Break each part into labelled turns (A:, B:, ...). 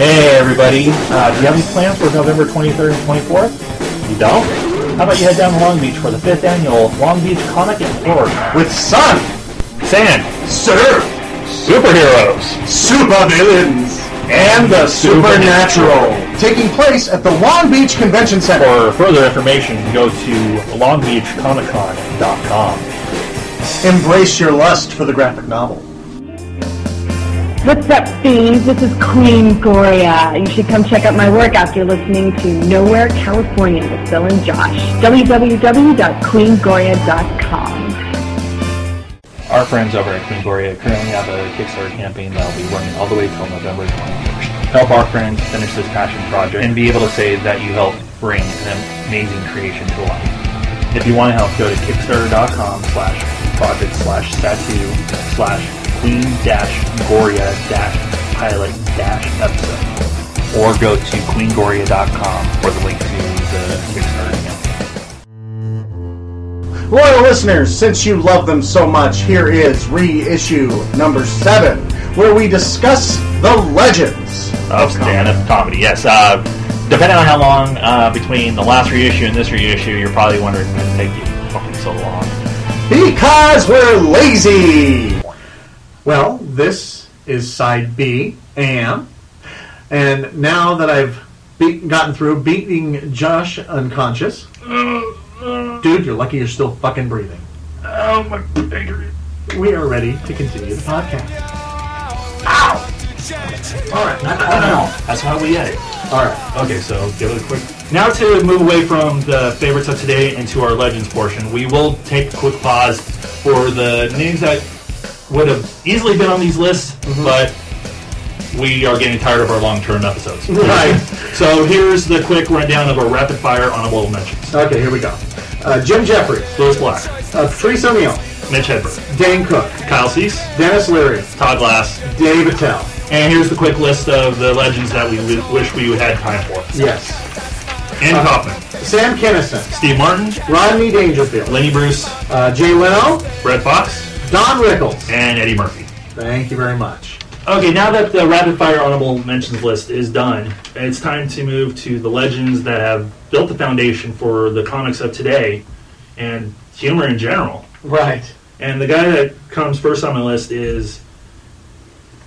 A: Hey, everybody. Uh, do you have any plans for November 23rd and 24th? You don't? How about you head down to Long Beach for the 5th annual Long Beach Comic Explorer with sun, sand, surf, superheroes, supervillains, and the supernatural.
B: Taking place at the Long Beach Convention Center.
A: For further information, go to longbeachcomiccon.com.
B: Embrace your lust for the graphic novel.
C: What's up, fiends? This is Queen Gloria. You should come check out my work after listening to Nowhere California with Bill and Josh. www.queengoria.com.
A: Our friends over at Queen Gloria currently have a Kickstarter campaign that will be running all the way till November 21st. Help our friends finish this passion project and be able to say that you helped bring an amazing creation to life. If you want to help, go to kickstarter.com slash project slash statue slash queen dash gloria dash pilot dash episode. Or go to queengoria.com for the link to the Kickstarter campaign.
B: Loyal listeners, since you love them so much, here is reissue number seven, where we discuss the legends
A: of stand-up comedy. Yes. Uh, depending on how long uh, between the last reissue and this reissue, you're probably wondering why it take you fucking so long.
B: because we're lazy.
D: Well, this is side B, am. And now that I've beat, gotten through beating Josh unconscious, dude, you're lucky you're still fucking breathing. Oh my We are ready to continue the podcast. All right,
A: That's how we edit.
D: all right.
A: Okay, so give it a quick. Now to move away from the favorites of today into our legends portion, we will take a quick pause for the names that would have easily been on these lists, but we are getting tired of our long-term episodes.
D: Right.
A: so here's the quick rundown of our rapid-fire honorable mentions:
D: Okay, here we go. Uh, Jim Jeffries,
A: Louis Black,
D: uh, Patrice O'Neill,
A: Mitch Hedberg,
D: Dan Cook,
A: Kyle Cease,
D: Dennis Leary,
A: Todd Glass,
D: Danny Patel.
A: and here's the quick list of the legends that we w- wish we had time for:
D: Yes.
A: Ann Kaufman,
D: Sam Kinison,
A: Steve Martin,
D: Rodney Dangerfield,
A: Lenny Bruce,
D: uh, Jay Leno,
A: Brett Fox,
D: Don Rickles.
A: and Eddie Murphy.
D: Thank you very much.
A: Okay, now that the rapid fire honorable mentions list is done, it's time to move to the legends that have built the foundation for the comics of today and humor in general.
D: Right.
A: And the guy that comes first on my list is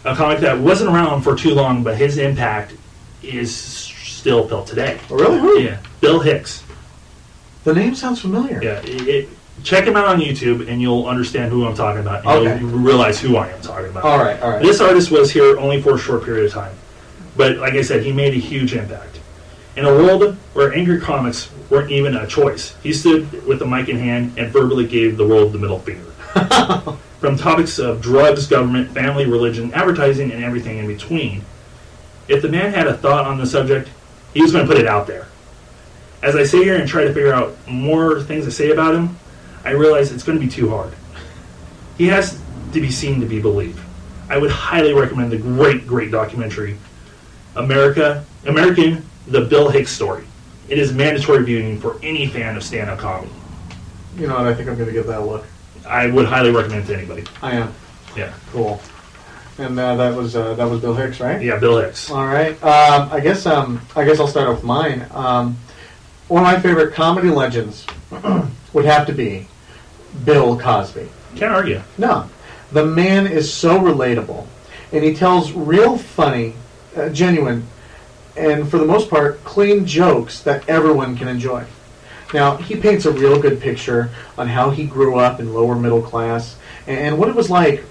A: a comic that wasn't around for too long, but his impact is still felt today.
D: Oh, Really? Who?
A: Yeah, Bill Hicks.
D: The name sounds familiar.
A: Yeah, it, it, check him out on YouTube, and you'll understand who I'm talking about. And
D: Okay.
A: You'll realize who I am talking about.
D: All right, all right.
A: This artist was here only for a short period of time, but like I said, he made a huge impact. In a world where angry comics weren't even a choice, he stood with a mic in hand and verbally gave the world the middle finger. From topics of drugs, government, family, religion, advertising, and everything in between, if the man had a thought on the subject, he was going to put it out there. As I sit here and try to figure out more things to say about him, I realize it's going to be too hard. He has to be seen to be believed. I would highly recommend the great, great documentary, America, American, The Bill Hicks Story. It is mandatory viewing for any fan of stand-up comedy.
D: You know what? I think I'm going to give that a look.
A: I would highly recommend it to anybody.
D: I am.
A: Yeah,
D: Cool. And uh, that was uh, that was Bill Hicks, right?
A: yeah, Bill Hicks.
D: All right. Um, I guess um, I guess I'll start off with mine. Um, one of my favorite comedy legends would have to be Bill Cosby.
A: Can't argue.
D: No, the man is so relatable, and he tells real funny, uh, genuine, and for the most part, clean jokes that everyone can enjoy. Now he paints a real good picture on how he grew up in lower middle class and, and what it was like,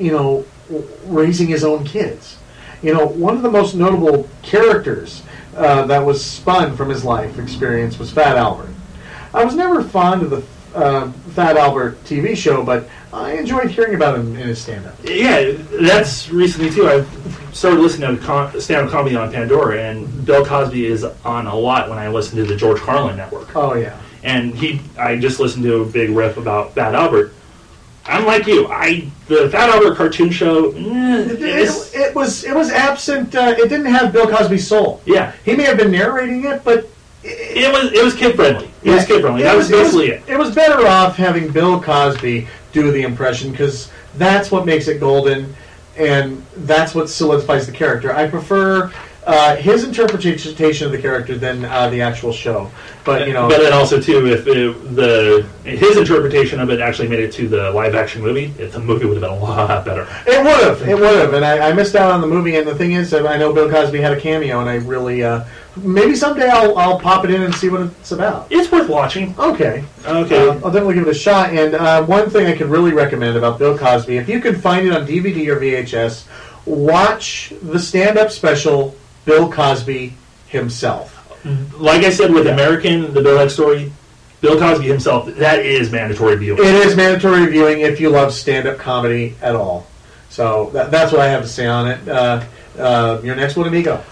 D: you know, w- raising his own kids. You know, one of the most notable characters uh, that was spun from his life experience was Fat Albert. I was never fond of the uh, Fat Albert TV show, but I enjoyed hearing about him in his stand-up.
A: Yeah, that's recently too. I've started listening to con- stand-up comedy on Pandora, and Bill Cosby is on a lot when I listen to the George Carlin Network.
D: Oh yeah,
A: and he I just listened to a big riff about Fat Albert. I'm like you. I the Fat Albert cartoon show. eh,
D: it,
A: it's-
D: it, it was it was absent. Uh, it didn't have Bill Cosby's soul.
A: yeah,
D: He may have been narrating it, but
A: it was it was kid friendly. It was kid friendly. That was basically it.
D: It was better off having Bill Cosby do the impression because that's what makes it golden, and that's what solidifies the character. I prefer uh, his interpretation of the character than uh, the actual show. But you know,
A: but then also too, if it, the his interpretation of it actually made it to the live action movie, it, the movie would have been a lot better.
D: It would have. It would have. And I, I missed out on the movie. And the thing is, I know Bill Cosby had a cameo, and I really uh, maybe someday I'll, I'll pop it in and see what it's about.
A: It's worth watching.
D: Okay.
A: Okay.
D: Uh, I'll definitely give it a shot. And uh, one thing I could really recommend about Bill Cosby, if you can find it on DVD or VHS, watch the stand-up special Bill Cosby himself.
A: like I said with American, the Bill Head story, Bill Cosby himself, that is mandatory viewing.
D: It is mandatory viewing if you love stand-up comedy at all. So that, that's what I have to say on it. Uh, uh, your next one, amigo.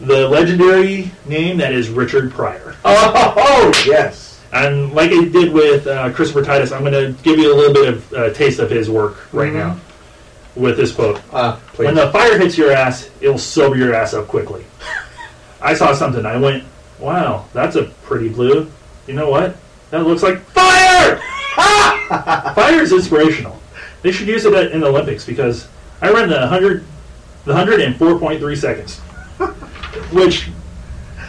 A: The legendary name that is Richard Pryor.
D: Oh yes.
A: And like I did with uh, Christopher Titus, I'm going to give you a little bit of uh, taste of his work right now with this quote.
D: Uh, please.
A: When the fire hits your ass, it'll sober your ass up quickly. I saw something. I went, wow, that's a pretty blue. You know what? That looks like fire! Ah! fire is inspirational. They should use it at, in the Olympics because I ran the 100, the 104.3 seconds, which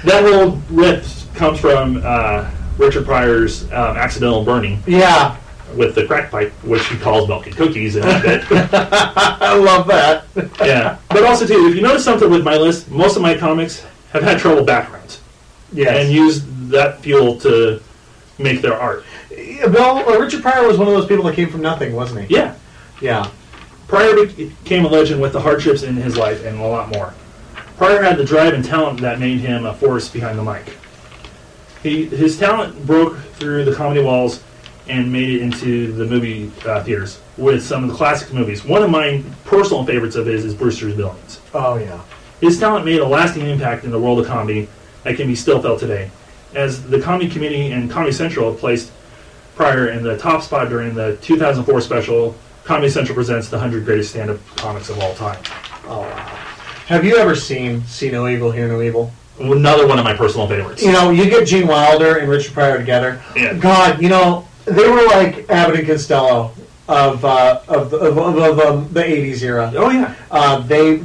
A: that little rip comes from uh, Richard Pryor's um, accidental burning
D: yeah,
A: with the crack pipe, which he calls milk and cookies in that bit.
D: I love that.
A: yeah. But also too, if you notice something with my list, most of my comics have had trouble backgrounds
D: Yes.
A: and used that fuel to make their art.
D: Yeah, Well, uh, Richard Pryor was one of those people that came from nothing, wasn't he?
A: Yeah.
D: Yeah.
A: Pryor became a legend with the hardships in his life and a lot more. Pryor had the drive and talent that made him a force behind the mic. He, his talent broke through the comedy walls and made it into the movie uh, theaters with some of the classic movies. One of my personal favorites of his is Brewster's Billions.
D: Oh yeah.
A: His talent made a lasting impact in the world of comedy that can be still felt today, as the comedy community and Comedy Central placed Pryor in the top spot during the 2004 special Comedy Central Presents the 100 Greatest Stand-Up Comics of All Time.
D: Oh wow. Have you ever seen See No Evil, Hear No Evil?
A: Another one of my personal favorites.
D: You know, you get Gene Wilder and Richard Pryor together.
A: Yeah.
D: God, you know, they were like Abbott and Costello of uh, of, of, of, of um, the '80s era.
A: Oh, yeah.
D: Uh, they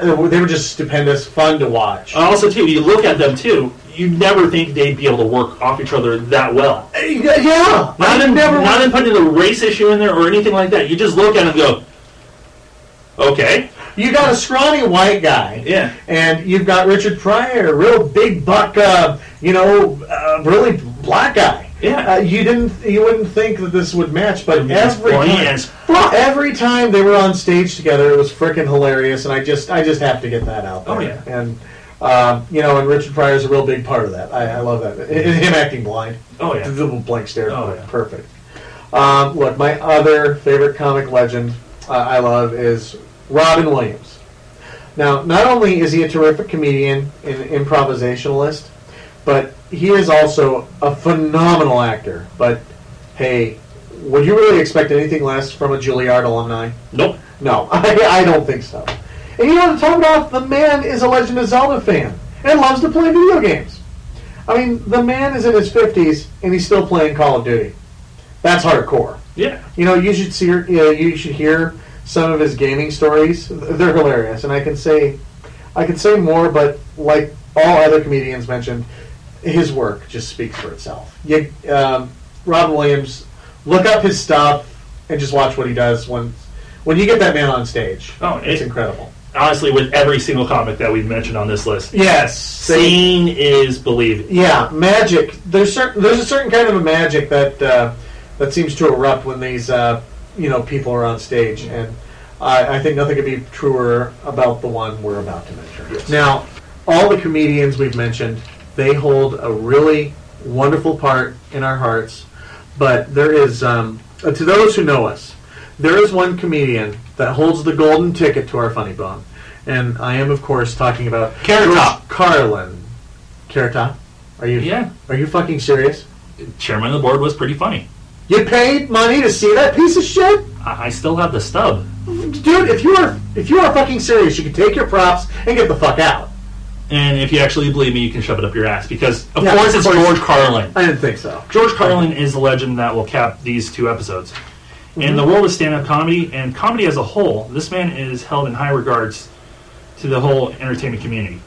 D: uh, they were just stupendous, fun to watch.
A: Uh, Also, too, you look at them, too, you never think they'd be able to work off each other that well.
D: yeah,
A: Not
D: I
A: in,
D: never.
A: not in putting the race issue in there or anything like that. You just look at them and go, okay.
D: you got a scrawny white guy.
A: Yeah.
D: and you've got Richard Pryor, a real big buck, uh, you know, uh, really black guy.
A: Yeah.
D: uh, you didn't, you wouldn't think that this would match, but every
A: Bland
D: time,
A: as fuck.
D: every time they were on stage together, it was freaking hilarious, and I just, I just have to get that out there.
A: Oh, yeah.
D: and um, you know, and Richard Pryor's a real big part of that. I, I love that. I- I- Him acting blind,
A: Oh, yeah.
D: the little blank stare,
A: Oh, yeah.
D: perfect. Um, look, my other favorite comic legend uh, I love is Robin Williams. Now, not only is he a terrific comedian and improvisationalist, but he is also a phenomenal actor. But hey, would you really expect anything less from a Juilliard alumni?
A: Nope.
D: No, I, I don't think so. And you know, to top it off, the man is a Legend of Zelda fan and loves to play video games. I mean, the man is in his 50s and he's still playing Call of Duty. That's hardcore.
A: Yeah.
D: You know, you should see, you, know, you should hear some of his gaming stories. They're hilarious, and I can say, I can say more, but like all other comedians mentioned, his work just speaks for itself. You, um, Robin Williams, look up his stuff and just watch what he does when, when you get that man on stage.
A: Oh,
D: it's
A: it-
D: incredible.
A: honestly with every single comic that we've mentioned on this list.
D: Yes,
A: Seeing is believing.
D: Yeah, magic. There's certain there's a certain kind of a magic that uh, that seems to erupt when these uh, you know people are on stage,
A: Mm-hmm.
D: and I, I think nothing could be truer about the one we're about to mention. Now, all the comedians we've mentioned, they hold a really wonderful part in our hearts, but there is um, to those who know us, there is one comedian that holds the golden ticket to our funny bone, and I am of course talking about
A: Carrot
D: George
A: Top.
D: Carlin. Carrot Top? Are you?
A: Yeah.
D: Are you fucking serious?
A: Chairman of the board was pretty funny.
D: You paid money to see that piece of shit,
A: I, I still have the stub.
D: dude. If you are if you are fucking serious, you can take your props and get the fuck out.
A: And if you actually believe me, you can shove it up your ass because, of
D: Yeah,
A: course,
D: of
A: it's
D: course.
A: George Carlin.
D: I didn't think so.
A: George Carlin is the legend that will cap these two episodes.
D: Mhm.
A: In the world of stand-up comedy and comedy as a whole, this man is held in high regards to the whole entertainment community.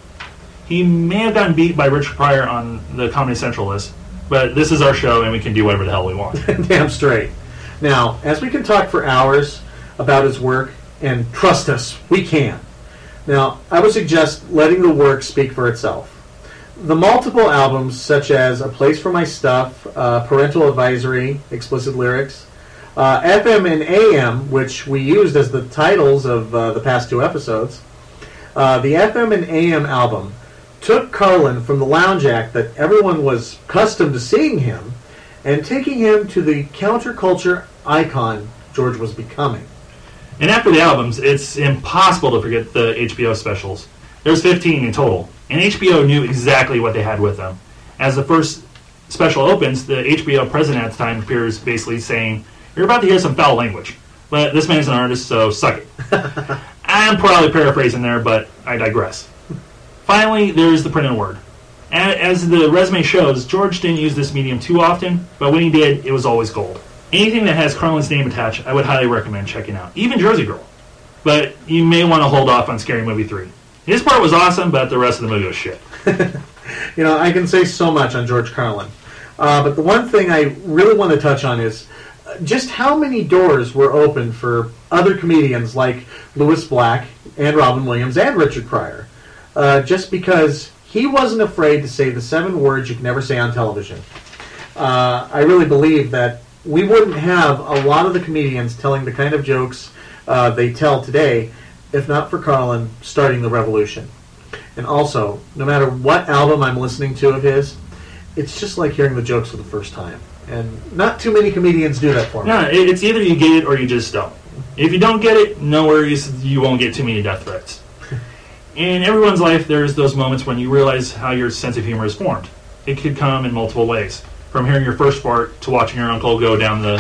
A: He may have gotten beat by Richard Pryor on the Comedy Central list, but this is our show, and we can do whatever the hell we want.
D: Damn straight. Now, as we can talk for hours about his work, and trust us, we can. Now, I would suggest letting the work speak for itself. The multiple albums, such as A Place for My Stuff, uh, Parental Advisory, Explicit Lyrics, uh, FM and AM, which we used as the titles of uh, the past two episodes, uh, the FM and AM album took Carlin from the lounge act that everyone was accustomed to seeing him and taking him to the counterculture icon George was becoming.
A: And after the albums, it's impossible to forget the HBO specials. There's 15 in total, and HBO knew exactly what they had with them. As the first special opens, the HBO president at the time appears basically saying, You're about to hear some foul language, but this man's an artist, so suck it. I'm probably paraphrasing there, but I digress. Finally, there's the printed word. A- As the resume shows, George didn't use this medium too often, but when he did, it was always gold. Anything that has Carlin's name attached, I would highly recommend checking out, even Jersey Girl. But you may want to hold off on Scary Movie 3. His part was awesome, but the rest of the movie was shit.
D: You know, I can say so much on George Carlin. Uh, but the one thing I really want to touch on is uh, just how many doors were open for other comedians like Louis Black and Robin Williams and Richard Pryor. Uh, just because he wasn't afraid to say the seven words you can never say on television. uh, I really believe that we wouldn't have a lot of the comedians telling the kind of jokes uh, they tell today if not for Carlin starting the revolution. And also, no matter what album I'm listening to of his, it's just like hearing the jokes for the first time. And not too many comedians do that for me.
A: No, it- it's either you get it or you just don't. If you don't get it, no worries, you won't get too many death threats. In everyone's life, there's those moments when you realize how your sense of humor is formed. It could come in multiple ways, from hearing your first fart to watching your uncle go down the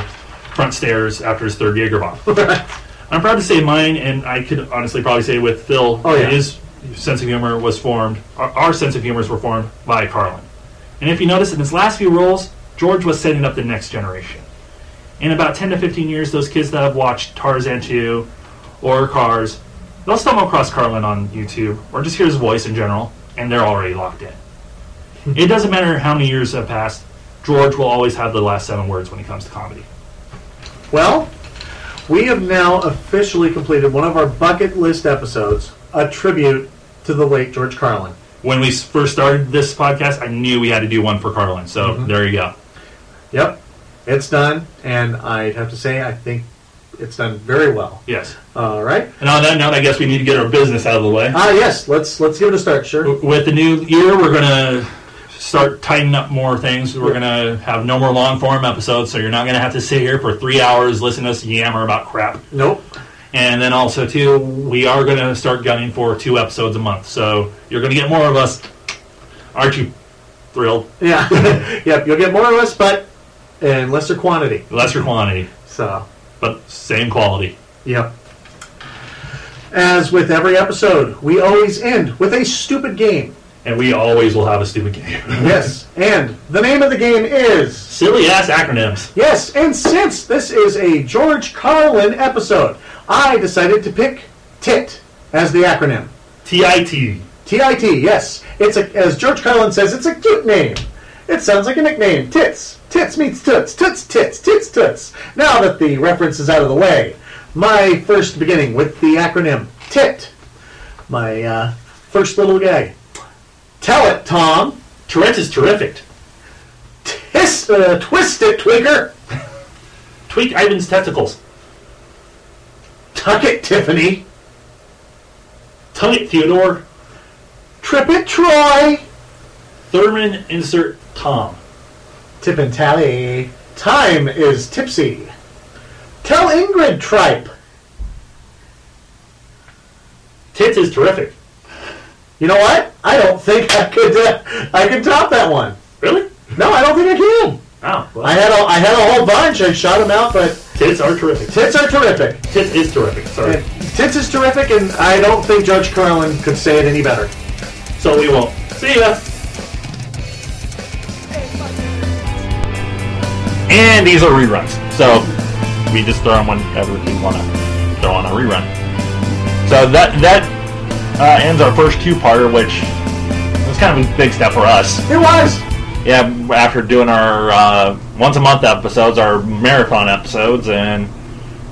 A: front stairs after his third Jaeger bomb. I'm proud to say mine, and I could honestly probably say with Phil,
D: Oh, yeah.
A: his sense of humor was formed, our, our sense of humors were formed by Carlin. And if you notice, in his last few roles, George was setting up the next generation. In about 10 to 15 years, those kids that have watched Tarzan 2 or Cars, they'll stumble across Carlin on YouTube or just hear his voice in general, and they're already locked in. it doesn't matter how many years have passed, George will always have the last seven words when it comes to comedy.
D: Well, we have now officially completed one of our bucket list episodes, a tribute to the late George Carlin.
A: When we s- first started this podcast, I knew we had to do one for Carlin, so there you go.
D: Yep, it's done, and I'd have to say I think it's done very well.
A: Yes.
D: All right.
A: And on that note, I guess we need to get our business out of the way.
D: Ah, yes. Let's let's give it a start. Sure.
A: With the new year, we're going to start tightening up more things. We're going to have no more long form episodes, so you're not going to have to sit here for three hours listening to us yammer about crap.
D: Nope.
A: And then also, too, we are going to start gunning for two episodes a month, so you're going to get more of us. Aren't you thrilled?
D: Yeah. yep. You'll get more of us, but in lesser quantity.
A: Lesser quantity,
D: So.
A: but same quality.
D: Yep. As with every episode, we always end with a stupid game.
A: And we always will have a stupid game.
D: Yes. And the name of the game is.
A: Silly ass acronyms.
D: Yes, and since this is a George Carlin episode, I decided to pick TIT as the acronym.
A: TIT.
D: TIT, yes. It's a, as George Carlin says, it's a cute name. It sounds like a nickname. Tits. Tits meets toots. Toots, tits, tits, toots. Now that the reference is out of the way, my first beginning with the acronym TIT. My uh, first little guy. Tell it, Tom.
A: Tourette is terrific.
D: Hiss, uh, twist it, Twigger.
A: Tweak Ivan's testicles.
D: Tuck it, Tiffany.
A: Tongue it, Theodore.
D: Trip it, Troy.
A: Thurman, insert Tom.
D: Tip and tally. Time is tipsy. Tell Ingrid, Tripe.
A: Tits is terrific.
D: You know what? I don't think I could. Uh, I could top that one.
A: Really?
D: No, I don't think I can.
A: Wow. Well,
D: I had a, I had a whole bunch. I shot them out, but
A: tits are terrific.
D: tits are terrific.
A: Tits is terrific. Sorry.
D: And tits is terrific, and I don't think George Carlin could say it any better.
A: So we won't. See ya. And these are reruns. So we just throw on whenever we want to throw on a rerun. So that that uh, ends our first two-parter, which kind of a big step for us.
B: It was.
A: Yeah, after doing our uh, once a month episodes, our marathon episodes, and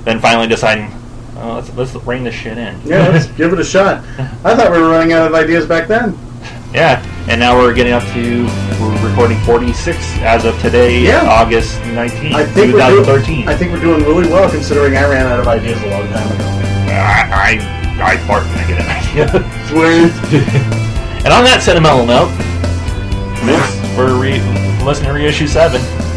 A: then finally deciding, oh, let's let's rein this shit in.
B: Yeah, let's give it a shot. I thought we were running out of ideas back then.
A: Yeah, and now we're getting up to we're recording 46 as of today,
B: Yeah.
A: August 19th,
B: I think we're doing.
A: 2013.
B: I think we're doing really well considering I ran out of ideas a long time ago.
A: I, I I fart when I get an idea.
B: It's weird.
A: and on that sentimental note, we're re- listening to reissue seven.